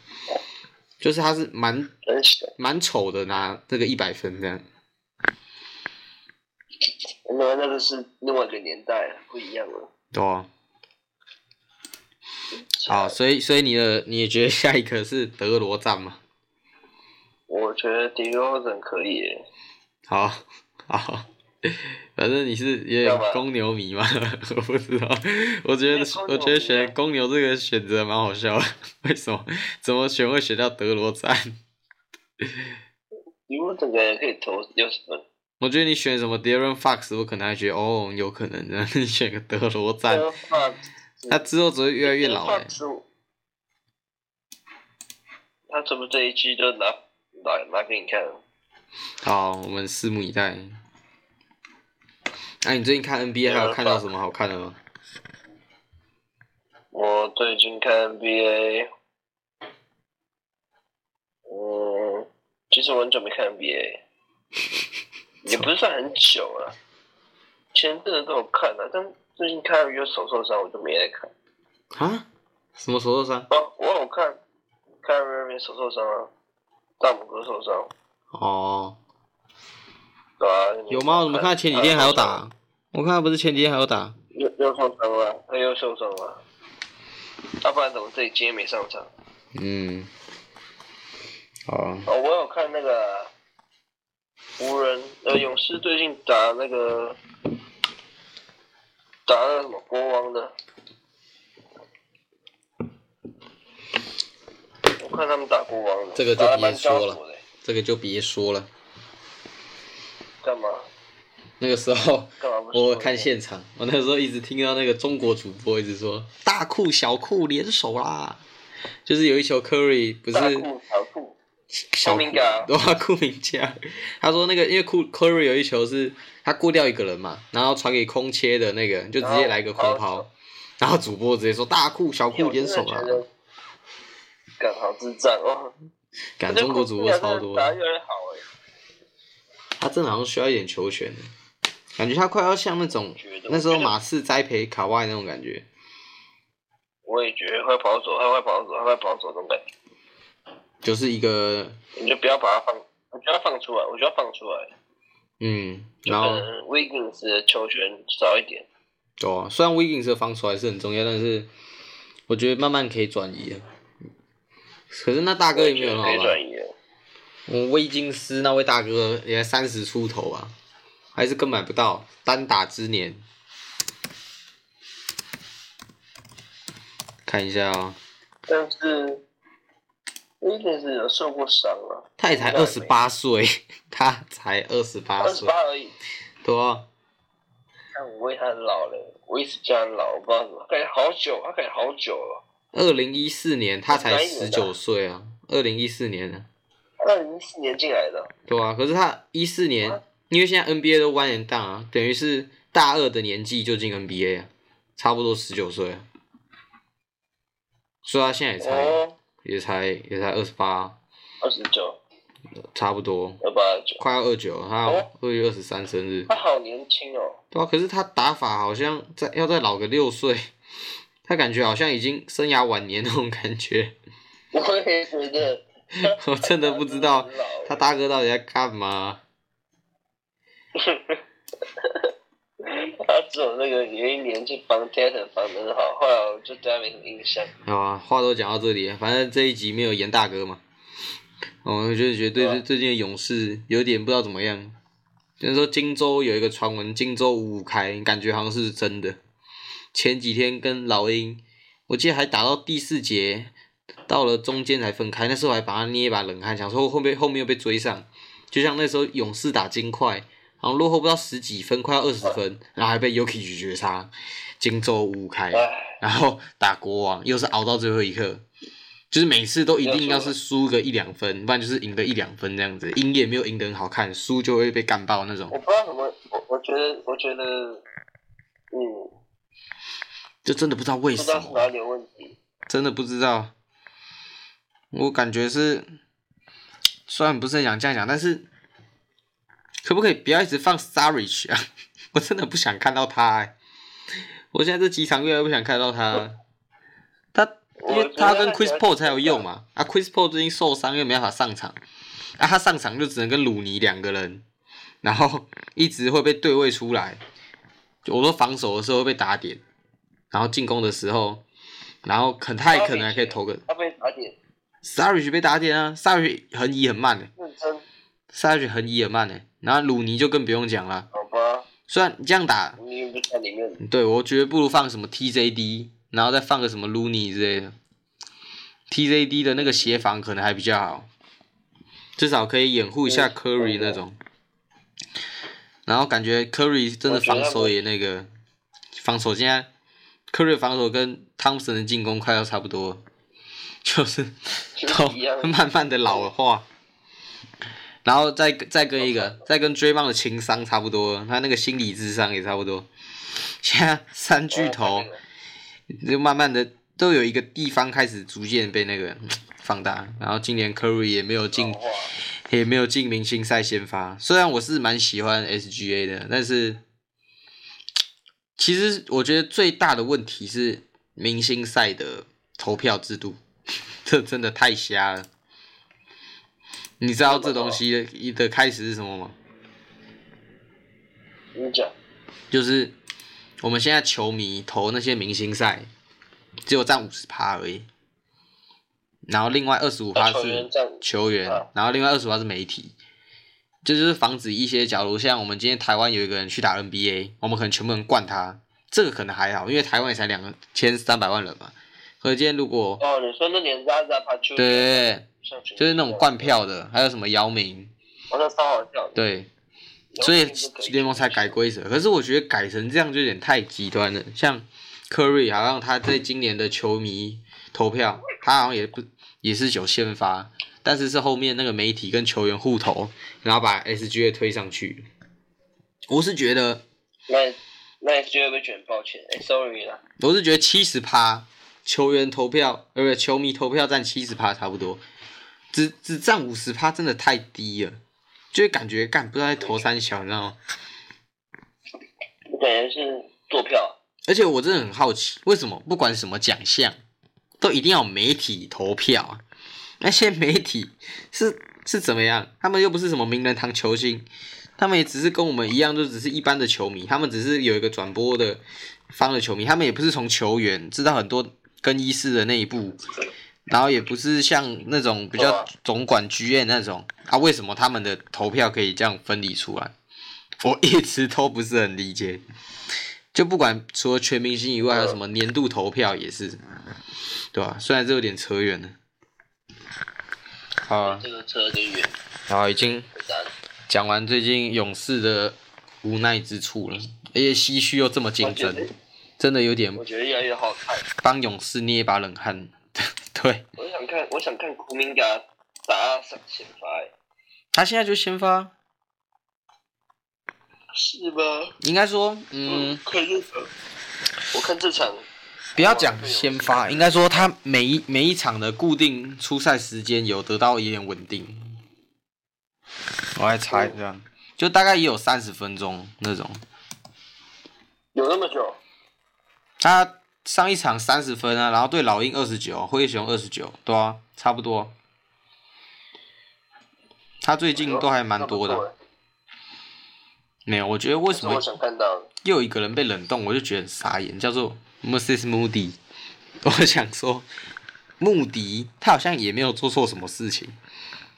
Speaker 1: 就是他是蛮
Speaker 2: 真是的，
Speaker 1: 蛮丑的拿这个一百分这样。
Speaker 2: 那那个是另外一个年代了，不一样了。
Speaker 1: 对啊，好，所以所以你的你也觉得下一个是德罗赞吗？
Speaker 2: 我觉得 d e r o z e n 可以耶，
Speaker 1: 好，好，反正你是也
Speaker 2: 要
Speaker 1: 有
Speaker 2: 吧
Speaker 1: 公牛迷吗？ 我不知道，我觉得
Speaker 2: 没有公牛迷啊
Speaker 1: 我觉得选公牛这个选择蛮好笑的， 为什么？怎么选会选到德罗赞？
Speaker 2: d e r o z e n 感觉可以投六十分。
Speaker 1: 我觉得你选什么 Darren Fox，我可能还觉得哦有可能， 然后你选个德罗赞，
Speaker 2: Darren Fox
Speaker 1: 他之后只会越来越老、欸。
Speaker 2: Fox 他是不是这一期就拿拿拿给你看啊了？
Speaker 1: 好，我们拭目以待。哎、你最近看 NBA 还有看到什么好看的吗？
Speaker 2: 我最近看 NBA，嗯，其实我很久没看 NBA，也不是算很久了，前阵子都有看了，但最近看有手受伤，我就没来看。
Speaker 1: 啊？什么手头伤？
Speaker 2: 哦，我有看，看 Irving 手受伤啊，大拇哥受伤，
Speaker 1: 哦，
Speaker 2: 对啊。
Speaker 1: 有吗？我怎么看前几天还有打？？我看他不是前几天还有打。
Speaker 2: 又又受伤了，他又受伤了，要不然怎么这里今天没上场？
Speaker 1: 嗯，好，
Speaker 2: 哦，我有看那个湖人呃勇士最近打那个打那个什么国王的，我看他们打国王的，
Speaker 1: 这个就
Speaker 2: 打得
Speaker 1: 别
Speaker 2: 蛮焦
Speaker 1: 说了
Speaker 2: 灼的
Speaker 1: 这个就别说了。
Speaker 2: 干嘛
Speaker 1: 那个时 候
Speaker 2: 干嘛不说？
Speaker 1: 我看现场，我那时候一直听到那个中国主播一直说大库小库联手啦，就是有一球 Curry 不是
Speaker 2: 大库小库，
Speaker 1: 小
Speaker 2: 库明加
Speaker 1: 对啊，库明加，他说那个因为库 Curry 有一球是他过掉一个人嘛，然后传给空切的那个，就直接来一个空
Speaker 2: 然后
Speaker 1: 抛，然后主播直接说大库小
Speaker 2: 因为
Speaker 1: 库
Speaker 2: 我真
Speaker 1: 联
Speaker 2: 的
Speaker 1: 手啊
Speaker 2: 觉
Speaker 1: 啦，
Speaker 2: 得。干好智障哦！
Speaker 1: 感中国主播超多的
Speaker 2: 打得越来越好哎、
Speaker 1: 他真的好像需要一点球权，感觉他快要像那种
Speaker 2: 觉得
Speaker 1: 那时候马刺栽培卡哇伊那种感觉。
Speaker 2: 我也觉得会跑走，他会跑走，他会跑走那种感觉。
Speaker 1: 就是一个
Speaker 2: 你就不要把它放，我觉得要放出来，我觉得要放出来，
Speaker 1: 嗯，
Speaker 2: 就
Speaker 1: 然
Speaker 2: 可
Speaker 1: 后
Speaker 2: 能 Wiggins 的球权少一点，
Speaker 1: 对啊，虽然 Wiggins 的防守还是很重要，但是我觉得慢慢可以转移啊。可是那大哥也没有很
Speaker 2: 可
Speaker 1: 好啊
Speaker 2: 以
Speaker 1: 啦，
Speaker 2: 转移了。
Speaker 1: 我们威金斯那位大哥也才三十出头啊，还是根本不到单打之年。看一下啊、
Speaker 2: 但是 Wiggins 有受过伤啊，
Speaker 1: 他也才
Speaker 2: 应该
Speaker 1: 二
Speaker 2: 没
Speaker 1: 十八岁， 他才二十八
Speaker 2: 二十
Speaker 1: 岁，
Speaker 2: 八而已。
Speaker 1: 对啊，
Speaker 2: 但我为他老了，我一直叫他老，我不知道怎么，感觉好久，他感觉好久了。
Speaker 1: 二零一四年他才
Speaker 2: 哪一
Speaker 1: 十
Speaker 2: 年的
Speaker 1: 九岁啊，二零一四年啊，
Speaker 2: 二零一四年进来的，
Speaker 1: 对啊，可是他一四
Speaker 2: 啊
Speaker 1: 年，因为现在 NBA 都 one and done 啊，等于是大二的年纪就进 NBA 啊，差不多十九岁啊，所以他现在也才、
Speaker 2: 哦，
Speaker 1: 也才也才二十八，
Speaker 2: 二十九，
Speaker 1: 差不多
Speaker 2: 二八二九，
Speaker 1: 快要二九，他
Speaker 2: 哦
Speaker 1: 二月二十三生日，
Speaker 2: 他好年轻哦。
Speaker 1: 对啊，可是他打法好像在要再老个六岁，他感觉好像已经生涯晚年那种感觉，
Speaker 2: 我也觉得，
Speaker 1: 我 真的不知道
Speaker 2: 很老欸
Speaker 1: 他大哥到底在干嘛。
Speaker 2: 他只有那个有一年去帮 t a t 防的很好，后来我就对他没什么印象。
Speaker 1: 好啊，话都讲到这里了，反正这一集没有严大哥嘛，哦我就觉得对
Speaker 2: 对
Speaker 1: 最
Speaker 2: 啊
Speaker 1: 最近的勇士有点不知道怎么样。就是说荆州有一个传闻，荆州五五开，感觉好像是真的。前几天跟老鹰，我记得还打到第四节，到了中间才分开，那时候还把他捏一把冷汗，想说后面后面又被追上，就像那时候勇士打金块，好像落后不到十几分，快要二十分，然后还被 Yuki 绝绝杀，荆州五五开。
Speaker 2: 唉，
Speaker 1: 然后打国王又是熬到最后一刻，就是每次都一定要是输个一两分，不然就是赢个一两分这样子，赢也没有赢得很好看，输就会被干爆那
Speaker 2: 我
Speaker 1: 种，
Speaker 2: 不知道怎么，我我觉得，我觉得，嗯，
Speaker 1: 就真的不知道为
Speaker 2: 不知
Speaker 1: 什
Speaker 2: 道是
Speaker 1: 么，
Speaker 2: 哪里有问题。
Speaker 1: 真的不知道。我感觉是，虽然不是很想这样讲，但是可不可以不要一直放 Sarich 啊？ 我真的不想看到他、欸，我现在这几场越来越不想看到他了。他因为他跟 Chris Paul 才有用嘛，啊，Chris Paul 最近受伤又没办法上场，啊，他上场就只能跟鲁尼两个人，然后一直会被对位出来。就我说防守的时候会被打点，然后进攻的时候，然后很他也可能还可以投个
Speaker 2: 他被打点，
Speaker 1: s a r i c 被打点啊 s a r i c 横移很慢的、
Speaker 2: 认真，
Speaker 1: s a r i c 横移很慢的、然后鲁尼就更不用讲了。
Speaker 2: 好吧，
Speaker 1: 虽然这样打，
Speaker 2: 我明明不在里面。
Speaker 1: 对我觉得不如放什么 TJD，然后再放个什么 l u n y 之类的。TJD 的那个协防可能还比较好，至少可以掩护一下
Speaker 2: 嗯
Speaker 1: Curry 那种。然后感觉 Curry 真的防守也那个，防守现在 Curry 的防守跟汤普森的进攻快要差不多了， 就是
Speaker 2: 就是一 样
Speaker 1: 都慢慢的老化，然后再再跟一个，再跟追梦的情商差不多了，他那个心理智商也差不多。现在三巨
Speaker 2: 哦
Speaker 1: 头就慢慢的都有一个地方开始逐渐被那个放大，然后今年 Curry 也没有进
Speaker 2: 进化，
Speaker 1: 也没有进明星赛先发。虽然我是蛮喜欢 SGA 的，但是其实我觉得最大的问题是明星赛的投票制度， 这真的太瞎了。你知道这东西的的开始是什么吗？
Speaker 2: 你讲，
Speaker 1: 就是我们现在球迷投那些明星赛，只有占五十趴而已，然后另外二十五趴
Speaker 2: 球
Speaker 1: 是
Speaker 2: 员占
Speaker 1: 球员
Speaker 2: 啊，
Speaker 1: 然后另外二十趴是媒体，这就是防止一些，假如像我们今天台湾有一个人去打 NBA，我们可能全部人灌他，这个可能还好，因为台湾也才两千三百万人嘛，可是今天如果
Speaker 2: 哦，你说那年渣渣把球
Speaker 1: 对对对就是那种灌票的，还有什么姚明，
Speaker 2: 我那超好笑的。
Speaker 1: 对，
Speaker 2: 然后
Speaker 1: 所以
Speaker 2: 就可
Speaker 1: 联盟才改规则。可是我觉得改成这样就有点太极端了。像 Curry 好像他在今年的球迷投票，他好像也不也是有先发，但是是后面那个媒体跟球员互投，然后把 SGA 推上去。我是觉得，
Speaker 2: 那那你觉得被卷抱歉？哎、s o r r y 啦，
Speaker 1: 我是觉得七十趴球员投票，呃，不是球迷投票占七十趴差不多，只只占五十趴真的太低了，就会感觉干不知道在投三小，你知道吗？
Speaker 2: 我感觉是坐票，
Speaker 1: 而且我真的很好奇，为什么不管什么奖项，都一定要媒体投票啊？那些媒体是是怎么样？他们又不是什么名人堂球星，他们也只是跟我们一样，就只是一般的球迷，他们只是有一个转播的方的球迷，他们也不是从球员知道很多更衣室的那一步，然后也不是像那种比
Speaker 2: 对
Speaker 1: 较
Speaker 2: 啊
Speaker 1: 总管剧院那种啊，为什么他们的投票可以这样分离出来？我一直都不是很理解。就不管除了全明星以外，还有什么年度投票也是，对吧、虽然这有点扯远了。好啊，
Speaker 2: 这个车有点远，
Speaker 1: 好，已经
Speaker 2: 回答你。
Speaker 1: 讲完最近勇士的无奈之处了，而且唏嘘又这么竞
Speaker 2: 我觉
Speaker 1: 争
Speaker 2: 得，
Speaker 1: 真的有点
Speaker 2: 我觉得越来越好看。
Speaker 1: 帮勇士捏一把冷汗。 对
Speaker 2: 我想看，我想看库明嘎打上先发、欸，
Speaker 1: 他现在就先发，
Speaker 2: 是吗？
Speaker 1: 应该说，嗯，，
Speaker 2: 看这场，我看这场，
Speaker 1: 不要讲先发，应该说他每一每一场的固定出赛时间有得到一点稳定。我来查一下，就大概也有三十分钟那种。
Speaker 2: 有那么久，
Speaker 1: 他上一场三十分啊，然后对老鹰二十九，灰熊二十九，对啊，差不多。他最近都还蛮多
Speaker 2: 那不错
Speaker 1: 的，
Speaker 2: 欸
Speaker 1: 没有，我觉得为什
Speaker 2: 这是
Speaker 1: 么
Speaker 2: 我想看到的。
Speaker 1: 又有一个人被冷冻，我就觉得很傻眼，叫做 Moses Moody。我 想说，穆迪他好像也没有做错什么事情，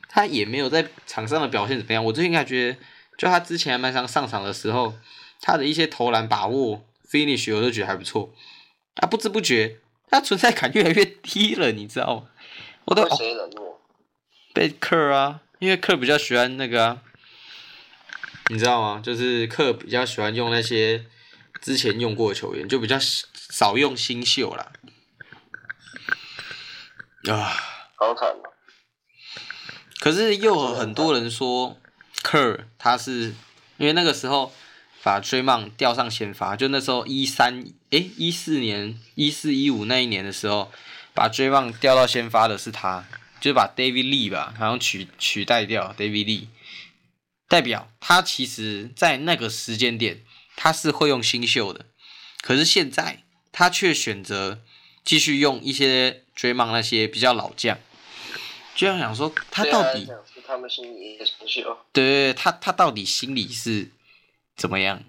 Speaker 1: 他也没有在场上的表现怎么样。我最近还觉得，就他之前还蛮常上场的时候，他的一些投篮把握、finish 我都觉得还不错。啊，不知不觉他存在感越来越低了，你知道吗？我都、
Speaker 2: 被
Speaker 1: 哦、
Speaker 2: 谁冷落？
Speaker 1: 被克啊，因为克比较喜欢那个啊，你知道吗？就是克比较喜欢用那些之前用过的球员，就比较少少用新秀啦。啊，
Speaker 2: 好惨哦！
Speaker 1: 可是又有很多人说克他是因为那个时候把追梦调上先发，就那时候一三诶一四年一四一五那一年的时候，把追梦调到先发的是他，就是把 David Lee 吧，好像取取代掉 David Lee，代表他其实在那个时间点他是会用新秀的，可是现在他却选择继续用一些追梦那些比较老将。就想想说，他
Speaker 2: 对啊
Speaker 1: 到
Speaker 2: 来
Speaker 1: 底
Speaker 2: 讲是他们心里的情绪哦。
Speaker 1: 对对对，他他到底心里是怎么样？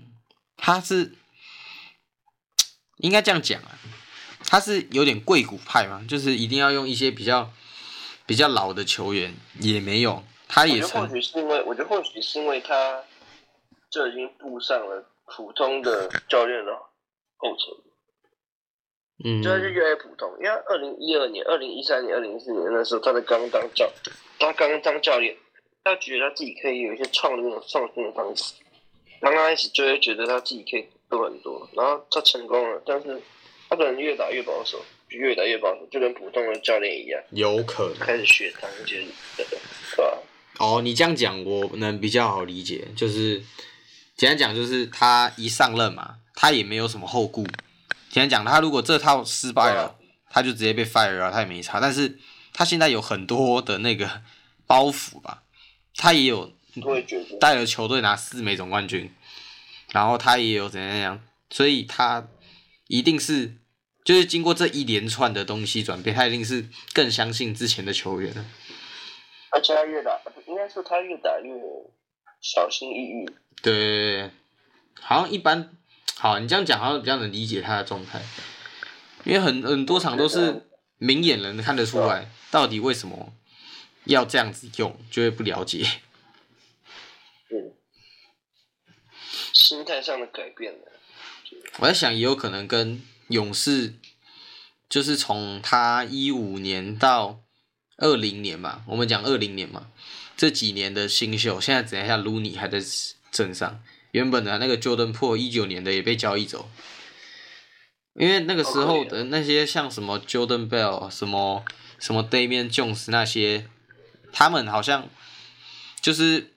Speaker 1: 他是应该这样讲啊，他是有点贵骨派嘛，就是一定要用一些比较比较老的球员，也没有，他
Speaker 2: 我
Speaker 1: 也
Speaker 2: 觉得或
Speaker 1: 曾
Speaker 2: 许是因为，我觉得或许是因为他就已经步上了普通的教练了后尘，
Speaker 1: 嗯
Speaker 2: 就他就越来越普通。因为二零一二年、二零一三年、二零一四年那时候，他才刚当教，他刚当教练，他觉得他自己可以有一些创那种创新的方式。刚开始就会觉得他自己可以做很多，然后他成功了，但是他可能越打越保守，就越打越保守，就跟普通的教练一样，
Speaker 1: 有可能
Speaker 2: 开始学他那些，对吧？
Speaker 1: 哦。你这样讲，我能比较好理解，就是简单讲，就是他一上任嘛，他也没有什么后顾。简单讲，他如果这套失败了，他就直接被 fire 了，他也没差。但是他现在有很多的那个包袱吧，他也有
Speaker 2: 都会觉得。
Speaker 1: 带了球队拿四枚总冠军，然后他也有怎样怎样，所以他一定是就是经过这一连串的东西转变，他一定是更相信之前的球员了。
Speaker 2: 而且他越打，应该说他越打越小心翼翼。
Speaker 1: 对对，对好像一般，好，你这样讲好像比较能理解他的状态，因为很很多场都是明眼人看得出来，到底为什么要这样子用，就会不了解。
Speaker 2: 嗯，心态上的改变了。
Speaker 1: 我在想，也有可能跟勇士，就是从他一五年到二零年嘛，我们讲二零年嘛，这几年的新秀，现在只剩下 l u n y 还在镇上，原本的那个 Jordan p o o 一九年的也被交易走，因为那个时候的那些像什么 Jordan Bell、什么什么 Damian Jones 那些，他们好像就是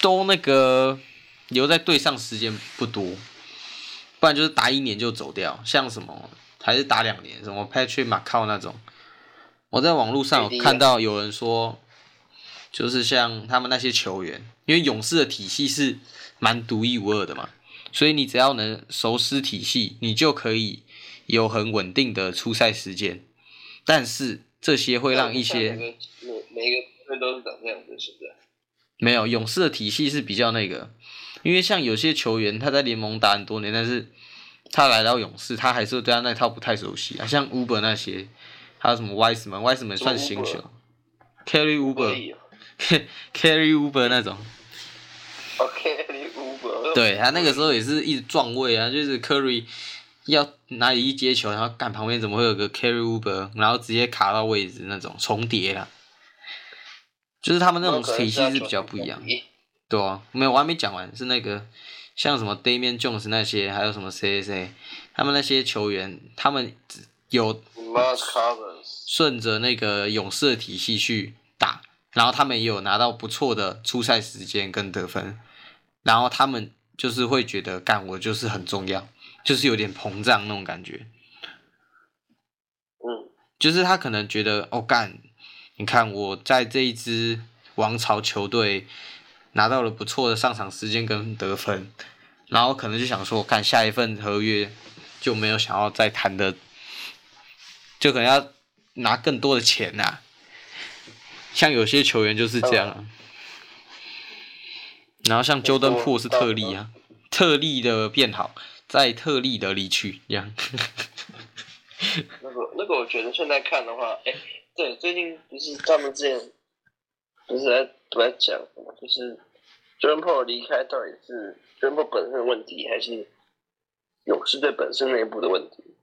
Speaker 1: 都那个留在队上时间不多，不然就是打一年就走掉，像什么还是打两年，什么 Patrick Macau 那种。我在网络上有看到有人说，就是像他们那些球员，因为勇士的体系是蛮独一无二的嘛，所以你只要能熟悉体系，你就可以有很稳定的出赛时间。但是这些会让一
Speaker 2: 每
Speaker 1: 些
Speaker 2: 个每每一个队都是长这样子，现在
Speaker 1: 没有勇士的体系是比较那个，因为像有些球员他在联盟打很多年，但是他来到勇士，他还是对他那套不太熟悉啊，像 Uber 那些，还有什么 Wiseman，Wiseman 算新
Speaker 2: 什
Speaker 1: 秀
Speaker 2: 么
Speaker 1: ，Carry
Speaker 2: 可以
Speaker 1: Uber，Carry
Speaker 2: 啊。
Speaker 1: Uber 那种。
Speaker 2: OK，你五个。
Speaker 1: 对他那个时候也是一直撞位啊，就是 Curry 要哪里一接球，然后干旁边怎么会有个 Carry Uber，然后直接卡到位置那种重叠啦。就是他们那种体系是比较不一样，对啊，没有我还没讲完，是那个像什么 Damian Jones 那些，还有什么 C S A，他们那些球员，他们只有
Speaker 2: Mark Cousins，
Speaker 1: 顺着那个勇士的体系去打，然后他们也有拿到不错的出赛时间跟得分，然后他们就是会觉得干我就是很重要，就是有点膨胀那种感觉，
Speaker 2: 嗯，
Speaker 1: 就是他可能觉得哦干，你看我在这一支王朝球队拿到了不错的上场时间跟得分，然后可能就想说干下一份合约就没有想要再谈的，就可能要拿更多的钱呐、像有些球员就是这样、啊，然后像 Jordan Po 是特例啊，特例的变好，在特例的离去这样。
Speaker 2: 那个那个，我觉得现在看的话，哎，对，最近不是他们之前不是在不在讲什么，就是 j o h n p a 离开到底是 j o h n p a 本身的问题，还是勇士队本身内部的问题？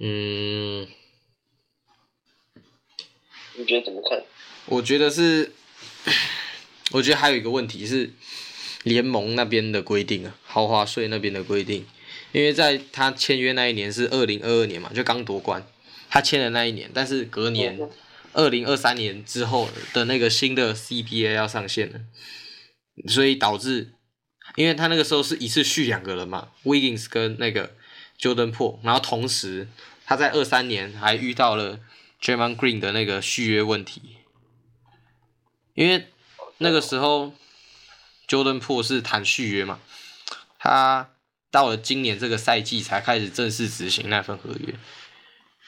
Speaker 1: 嗯，
Speaker 2: 你觉得怎么看？
Speaker 1: 我觉得是， 我觉得还有一个问题是联盟那边的规定啊，豪华税那边的规定，因为在他签约那一年是二零二二年嘛，就刚夺冠，他签的那一年，但是隔年
Speaker 2: 嗯
Speaker 1: 二零二三年之后的那个新的 CBA 要上线了，所以导致，因为他那个时候是一次续两个人嘛，Wiggins 跟那个 Jordan p o 然后同时他在二三年还遇到了 j a m a n Green 的那个续约问题，因为那个时候 Jordan p o 是谈续约嘛，他到了今年这个赛季才开始正式执行那份合约，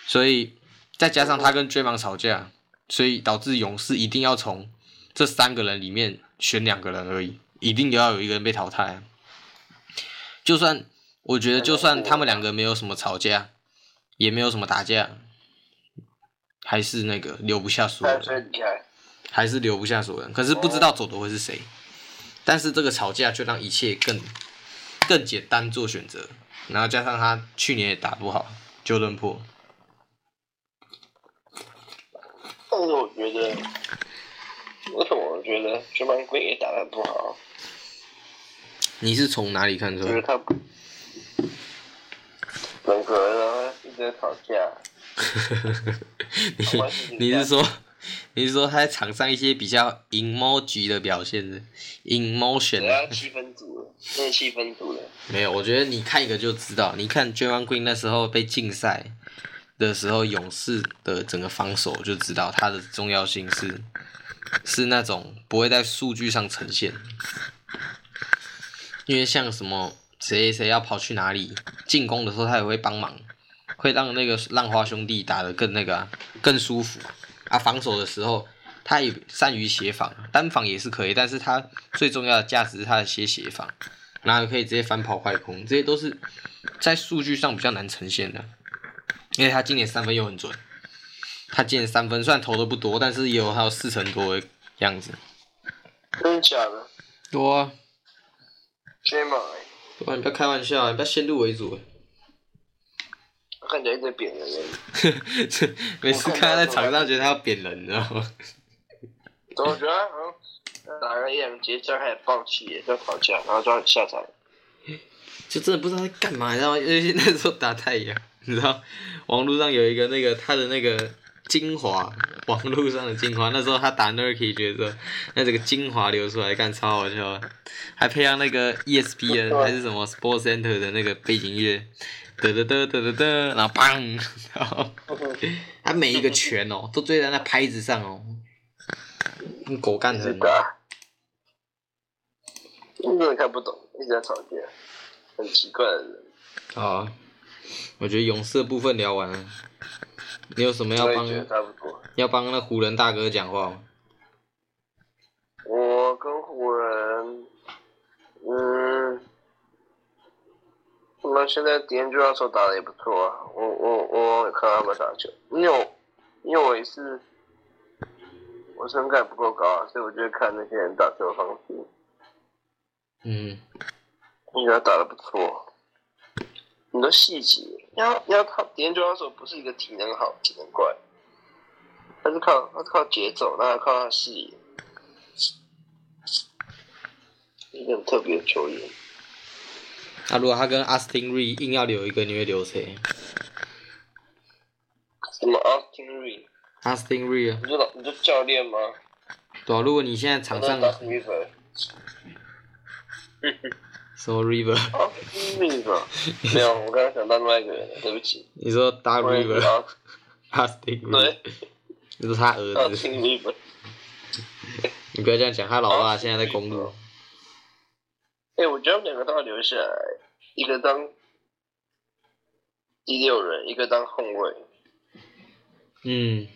Speaker 1: 所以再加上他跟 d r a m o n 吵架，所以导致勇士一定要从这三个人里面选两个人而已，一定要有一个人被淘汰啊。就算我觉得，就算他们两个没有什么吵架，也没有什么打架，还是那个留不下所有
Speaker 2: 他
Speaker 1: 人。
Speaker 2: 最离开，
Speaker 1: 还是留不下所有人，可是不知道走的会是谁。但是这个吵架就让一切更更简单做选择，然后加上他去年也打不好，就论破。
Speaker 2: 但是我觉得，为什么我觉得 j o h n Green 也打得很不好？
Speaker 1: 你是从哪里看出
Speaker 2: 就是
Speaker 1: 来？
Speaker 2: 他不整个人啊一直在吵架，
Speaker 1: 你你是说你是说他在场上一些比较 emoji 的表现是 emotion
Speaker 2: 人
Speaker 1: 的
Speaker 2: 家气氛组了，那是气氛组了。
Speaker 1: 没有，我觉得你看一个就知道。你看 j a m a n Green 那时候被禁赛的时候，勇士的整个防守就知道它的重要性是是那种不会在数据上呈现，因为像什么谁谁要跑去哪里，进攻的时候他也会帮忙，会让那个浪花兄弟打得更那个啊、更舒服啊。防守的时候。他也善于协防，单防也是可以，但是他最重要的价值是他的些协防。然后可以直接反跑快攻，这些都是在数据上比较难呈现的。因为他今年三分又很准，他今年三分虽然投的不多，但是也有还有四成多的样子。
Speaker 2: 真的假的
Speaker 1: 多啊，
Speaker 2: j m a
Speaker 1: 对啊，你不要开玩笑啊，你不要先入为主啊。
Speaker 2: 看起来一直扁人而 已。
Speaker 1: 这每次看他在场上，觉得他要扁人，你知道吗？
Speaker 2: 怎么觉得好像嗯打个一两节就开始暴气耶，就吵架，然后就要下 场。
Speaker 1: 就真的不知道他在干嘛，你知道吗？尤其是那时候打太阳，你知道，网络上有一个那个他的那个精华，网络上的精华，那时候他打 Nurky 角色，那这个精华流出来，干超好笑的，还配上那个 E ESPN 还是什么 Sports Center 的那个背景音乐，得得得得得得，然后砰，然后他每一个拳哦，都追在那拍子上哦，跟狗干
Speaker 2: 一直
Speaker 1: 成
Speaker 2: 打，我真的看不懂，一直在吵架，很奇怪的人。
Speaker 1: 哦好啊，我觉得勇士的部分聊完了。你有什么要
Speaker 2: 我也
Speaker 1: 帮
Speaker 2: 觉得差不多。
Speaker 1: 要帮那湖人大哥讲话吗？
Speaker 2: 我跟湖人，嗯，他们现在 d a n g e l 打的也不错啊。我我我有看他们打球，因为我因为我也是我身高也不够高啊，所以我就会看那些人打球的方式，
Speaker 1: 嗯，
Speaker 2: 我觉得他打的不错。很多细节，要要靠 d a n g e l 不是一个体能好、体能怪，他是靠他是靠节奏，那还靠他视野，一个很特别的球员。
Speaker 1: 那、如果他跟 Austin Reed 硬要留一个，你会留谁
Speaker 2: 什么 Austin Reed？
Speaker 1: ？Austin Reed 啊，
Speaker 2: 你说老你说教练吗？
Speaker 1: 对啊，如果你现在场上
Speaker 2: Austin River。
Speaker 1: 什么 River，
Speaker 2: Austin River。没有，我刚刚想到另外一个人了，对不起。
Speaker 1: 你说 Dar
Speaker 2: 我也不知
Speaker 1: River
Speaker 2: 道
Speaker 1: Austin Reed，
Speaker 2: 对
Speaker 1: 你说他儿子，
Speaker 2: ，Austin River。
Speaker 1: 你不要这样讲，他老爸现在在公路。
Speaker 2: 哎，我觉得他们两个都要留下来，一个当第六人，一个当后卫。
Speaker 1: 嗯，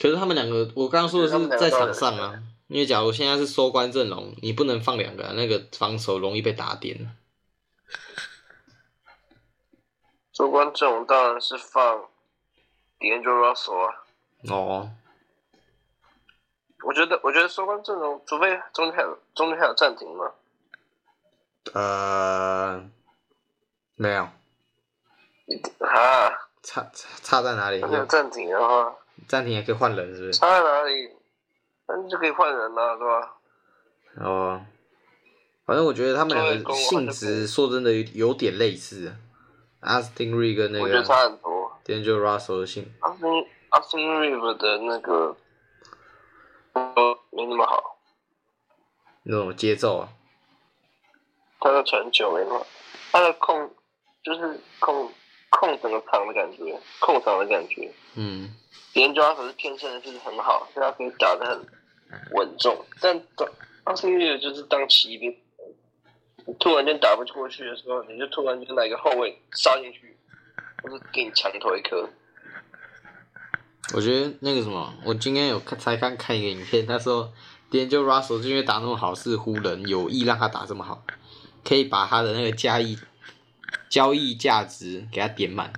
Speaker 1: 可是他们两个，我刚刚说的
Speaker 2: 他们
Speaker 1: 是
Speaker 2: 两
Speaker 1: 在
Speaker 2: 个
Speaker 1: 场
Speaker 2: 都有
Speaker 1: 上
Speaker 2: 球
Speaker 1: 啊，因为假如现在是收官阵容，你不能放两个啊、那个防守容易被打点。
Speaker 2: 周光这种当然是放 d a n g e l Russell 啊。
Speaker 1: 哦，
Speaker 2: 我觉得，我觉得收官阵容，除非中间还有中间还有暂停嘛，
Speaker 1: 呃，没有，
Speaker 2: 啊，
Speaker 1: 差差差在哪里
Speaker 2: 中？间有暂停的话，
Speaker 1: 暂停也可以换人，是不是？
Speaker 2: 差在哪里？那你就可以换人了，对吧？
Speaker 1: 哦，反正我觉得他们两
Speaker 2: 对跟
Speaker 1: 个
Speaker 2: 我
Speaker 1: 性
Speaker 2: 好像
Speaker 1: 质，说真的有有点类似啊。阿斯汀瑞跟那
Speaker 2: 我觉得
Speaker 1: 个
Speaker 2: 差很多。
Speaker 1: D'Angelo Russell 的性，
Speaker 2: 阿森阿森 River 的那个呃没那么好，
Speaker 1: 那种节奏啊，
Speaker 2: 他的传球没那么好，他的控就是控控整个场的感觉，控场的感觉。
Speaker 1: 嗯，
Speaker 2: 连抓手是天生的是很好，所以他可以打得很稳重，但当阿森 River 就是当骑兵，你突然间打不过去的时候，你就突然间来个后卫杀进去，或是给你墙头一 颗。
Speaker 1: 我觉得那个什么，我今天有看才刚看一个影片，那时候 D'Angelo Russell 就因为打那么好，是湖人有意让他打这么好，可以把他的那个价易交易价值给他点满。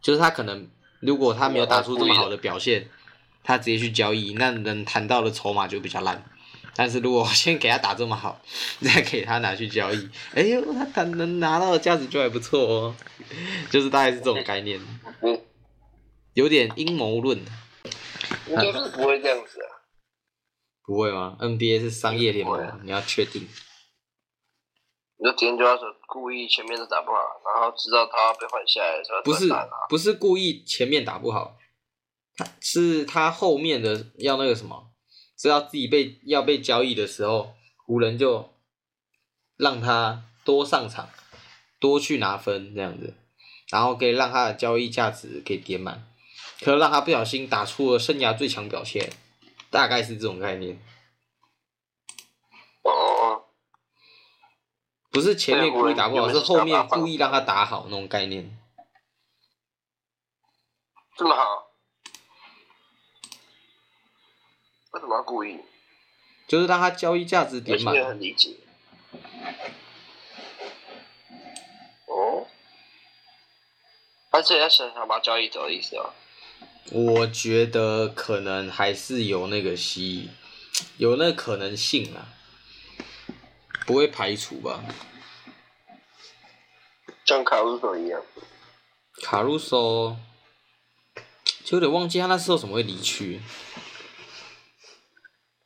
Speaker 1: 就是他可能如果他没有打出这么好的表现，他直接去交易，那能谈到的筹码就比较烂。但是如果我先给他打这么好，再给他拿去交易，哎呦，他谈能拿到的价值就还不错哦，就是大概是这种概念。
Speaker 2: 嗯，
Speaker 1: 有点阴谋论，
Speaker 2: 应该是不会这样子啊。
Speaker 1: 不会吗？NBA 是商业联盟
Speaker 2: 不会啊，
Speaker 1: 你要确定。
Speaker 2: 你说田教授故意前面都打不好，然后知道他要被换下来的时候，
Speaker 1: 不是
Speaker 2: 他打他
Speaker 1: 不是故意前面打不好，他是他后面的要那个什么，知道自己被要被交易的时候，湖人就让他多上场，多去拿分这样子，然后可以让他的交易价值给点满，可让他不小心打出了生涯最强表现，大概是这种概念。
Speaker 2: 哦哦
Speaker 1: 不是前面故意打不好，
Speaker 2: 对
Speaker 1: 是
Speaker 2: 我
Speaker 1: 后面故意让他打好那种概念。
Speaker 2: 哦，这么好，为什么要故意？
Speaker 1: 就是让他交易价值
Speaker 2: 我
Speaker 1: 点
Speaker 2: 现
Speaker 1: 满
Speaker 2: 在。很理解。哦，而且要想想把他交易走的意思哦。
Speaker 1: 我觉得可能还是有那个希，有那可能性啊，不会排除吧？
Speaker 2: 像卡鲁索一样，
Speaker 1: 卡鲁索，就有点忘记他那时候怎么会离去。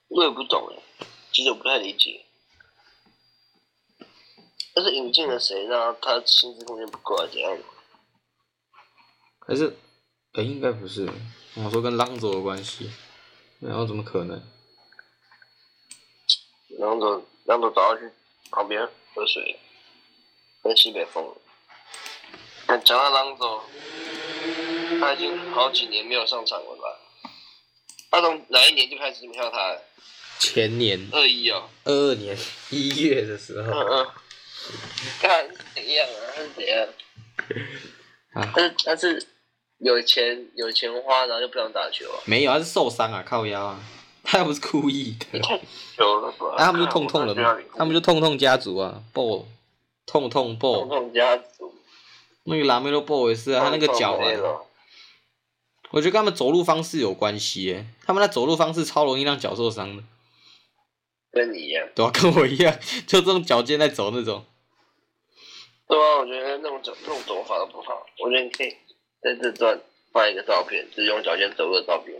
Speaker 2: 我也不懂哎，其实我不太理解。但是引进了谁，让他薪资空间不够啊？怎样？
Speaker 1: 还是，哎、应该不是。我说跟朗佐有关系，然后怎么可能？
Speaker 2: 梁总，梁总早上去旁边喝水，跟西北风。但讲到梁总，他已经好几年没有上场了吧？他从哪一年就开始没看到他了？
Speaker 1: 前年
Speaker 2: 二一哦，
Speaker 1: 二二年一月的时
Speaker 2: 嗯
Speaker 1: 候，
Speaker 2: 嗯，看是怎样啊？他是怎样？
Speaker 1: 啊
Speaker 2: 他是他是有钱有钱花，然后就不想打球啊，
Speaker 1: 没有，他是受伤啊，靠腰啊，他又不是故意的。
Speaker 2: 球了吧？
Speaker 1: 啊，他们就痛痛了
Speaker 2: 看我
Speaker 1: 嘛
Speaker 2: 都觉得，
Speaker 1: 他们就痛痛家族啊，ball，痛痛
Speaker 2: 痛
Speaker 1: ball，
Speaker 2: 痛家族，
Speaker 1: 那个拉梅洛 ball 也是啊，他那个脚
Speaker 2: 痛痛没
Speaker 1: 踝，
Speaker 2: 了
Speaker 1: 我觉得跟他们走路方式有关系耶，他们那走路方式超容易让脚受伤的，
Speaker 2: 跟你一样。
Speaker 1: 对啊，跟我一样，就这种脚尖在走那种，
Speaker 2: 对啊，我觉得那种走那种走法都不好。我觉得你可以在这段放一个照片，就是用脚尖走路的照片。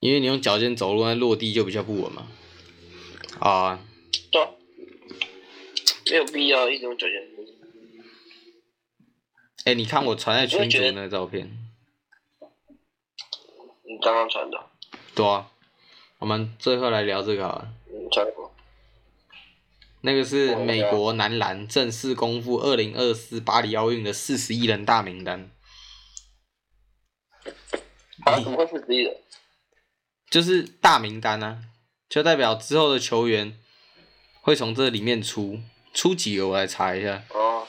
Speaker 1: 因为你用脚尖走路，那落地就比较不稳嘛。啊，
Speaker 2: 对啊、没有必要一直用脚尖走路。
Speaker 1: 哎、你看我传在群
Speaker 2: 我
Speaker 1: 组
Speaker 2: 觉得
Speaker 1: 那个照片，
Speaker 2: 你刚刚传的，
Speaker 1: 对啊，我们最后来聊这个好了。
Speaker 2: 你传过。
Speaker 1: 那个是美国男篮正式公布二零二四巴黎奥运的四十一人大名单，
Speaker 2: 啊？怎么会是自己的？
Speaker 1: 就是大名单啊，就代表之后的球员会从这里面出出几个，我来查一下。
Speaker 2: 哦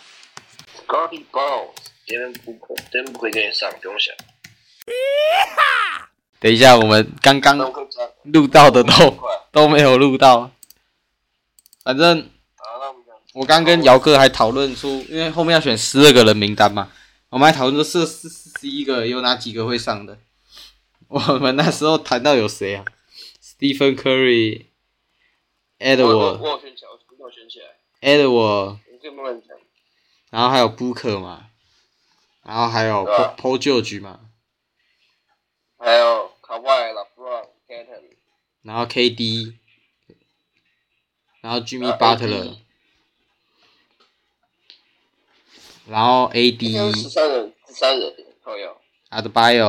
Speaker 2: ，Scotty Ball，别人不可，别人不会跟你上，不用想。
Speaker 1: 等一下，我们刚
Speaker 2: 那我
Speaker 1: 刚
Speaker 2: 会这样，
Speaker 1: 录到的都
Speaker 2: 快。
Speaker 1: 都没有录到，反正
Speaker 2: 好，那我们讲
Speaker 1: 我刚跟姚哥还讨论出，因为后面要选十二个人名单嘛，我们还讨论说四四四十一个有哪几个会上的。我们那时候谈到有谁啊？Stephen Curry、
Speaker 2: 我我
Speaker 1: Edward、
Speaker 2: 我有选起来，我有选起来，
Speaker 1: Edward，
Speaker 2: 你可以慢慢讲。
Speaker 1: 然后还有 Booker 嘛，然后还有
Speaker 2: 对啊
Speaker 1: Paul Paul George 嘛，
Speaker 2: 还有卡外、拉布朗、凯特，
Speaker 1: 然后 KD，然后 Jimmy
Speaker 2: 啊
Speaker 1: Butler，然后
Speaker 2: 这
Speaker 1: AD
Speaker 2: 是。十三人，十三人，靠腰。
Speaker 1: 阿德巴约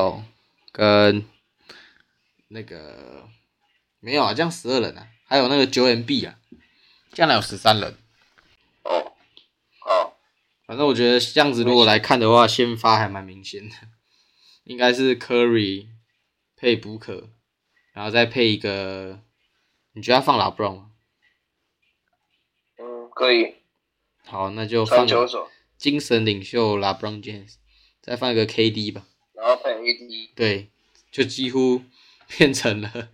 Speaker 1: 跟那个没有啊，这样十二人啊，还有那个九 M B 啊，这样来有十三人。
Speaker 2: 哦，好，
Speaker 1: 反正我觉得这样子如果来看的话，先发还蛮明显的，应该是 Curry 配补可，然后再配一个，你觉得要放拉布朗吗？
Speaker 2: 嗯，可以。
Speaker 1: 好，那就
Speaker 2: 传
Speaker 1: 放
Speaker 2: 球手，
Speaker 1: 精神领袖拉布朗 James，再放一个 KD 吧。
Speaker 2: 然后配 AD，
Speaker 1: 对，就几乎 变成了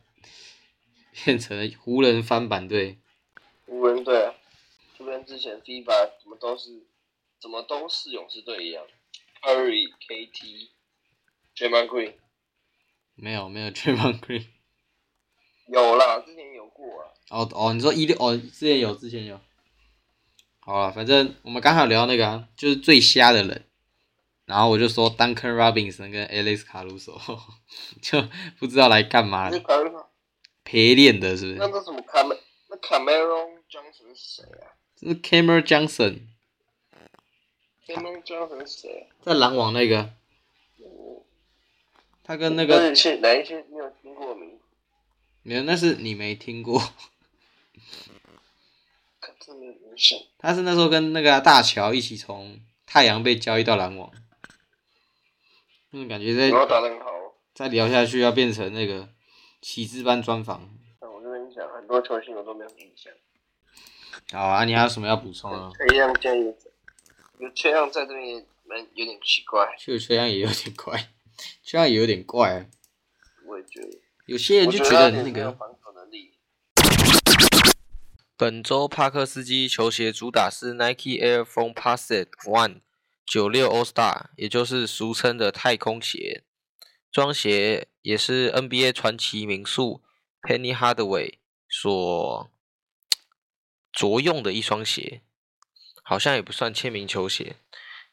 Speaker 1: 变成了湖人翻版队。
Speaker 2: 湖人队啊，湖人之前 FIBA 怎么都是，怎么都是勇士队一样，Curry、KT、j a m a Green
Speaker 1: 没有没有 d r a m o n Green。
Speaker 2: 有啦，之前有过啊。
Speaker 1: 哦哦，你说一六哦，之前有之前有。好了，反正我们刚好聊那个、啊，就是最瞎的人。然后我就说 Duncan Robinson 跟 Alex Caruso 就不知道来干嘛
Speaker 2: 那
Speaker 1: 的，
Speaker 2: 卡瑞，
Speaker 1: 陪练的是不
Speaker 2: 那
Speaker 1: 是？
Speaker 2: 这什么卡梅，那 Cameron Johnson 是谁啊
Speaker 1: 这是 Cameron Johnson
Speaker 2: ？Cameron Johnson 是谁啊？
Speaker 1: 在篮网那个，他跟那个
Speaker 2: 但是是哪一些没有听过名？
Speaker 1: 没有，那是你没听过。
Speaker 2: 可真没有印象。
Speaker 1: 他是那时候跟那个啊大乔一起从太阳被交易到篮网，那种感觉
Speaker 2: 然后
Speaker 1: 再
Speaker 2: 打得很好哦，
Speaker 1: 再聊下去要变成那个喜字班专访。
Speaker 2: 但我就跟你讲，很多球星我都没有印象。
Speaker 1: 好啊，你还有什么要补充的吗？
Speaker 2: 崔样建议，有崔样在这边也蛮有点奇怪，
Speaker 1: 就这样也有点怪，这样也有点怪、啊
Speaker 2: 我也觉得。
Speaker 1: 有些人
Speaker 2: 我
Speaker 1: 就觉
Speaker 2: 觉
Speaker 1: 得你
Speaker 2: 他
Speaker 1: 那
Speaker 2: 没
Speaker 1: 个。
Speaker 2: 有防守能力。
Speaker 1: 本周帕克斯基球鞋主打是 Nike Air Force Passet One 九六 All Star，也就是俗称的太空鞋。双鞋也是 NBA 传奇名宿 Penny Hardaway 所着用的一双鞋，好像也不算签名球鞋。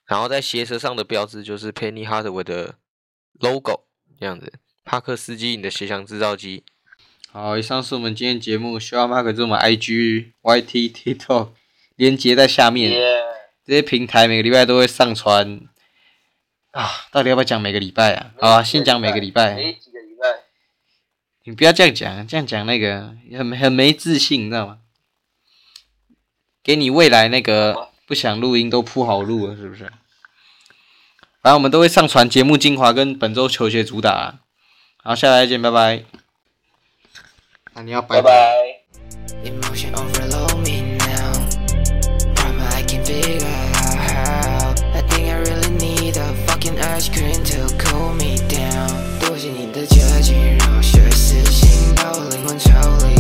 Speaker 1: 然后在鞋舌上的标志就是 Penny Hardaway 的 logo，这样子。帕克斯基，你的鞋箱制造机。好，以上是我们今天节目，希望 Mark 这么 IG、YT、TikTok 连接在下面
Speaker 2: 耶，
Speaker 1: 这些平台每个礼拜都会上传啊。到底要不要讲每个礼拜啊？好啊，先讲每个礼拜。
Speaker 2: 每几个礼拜，
Speaker 1: 你不要这样讲，这样讲那个很很没自信，你知道吗？给你未来那个不想录音都铺好路了，是不是？反正我们都会上传节目精华跟本周球鞋主打、啊。好，下来见，拜拜。那、啊你要拜
Speaker 2: 拜拜。
Speaker 3: Emotion overload me now. Promise I can figure out how. I think I really need a fucking ice cream to 进你的绝技，让我学会死心，把我灵魂抽离。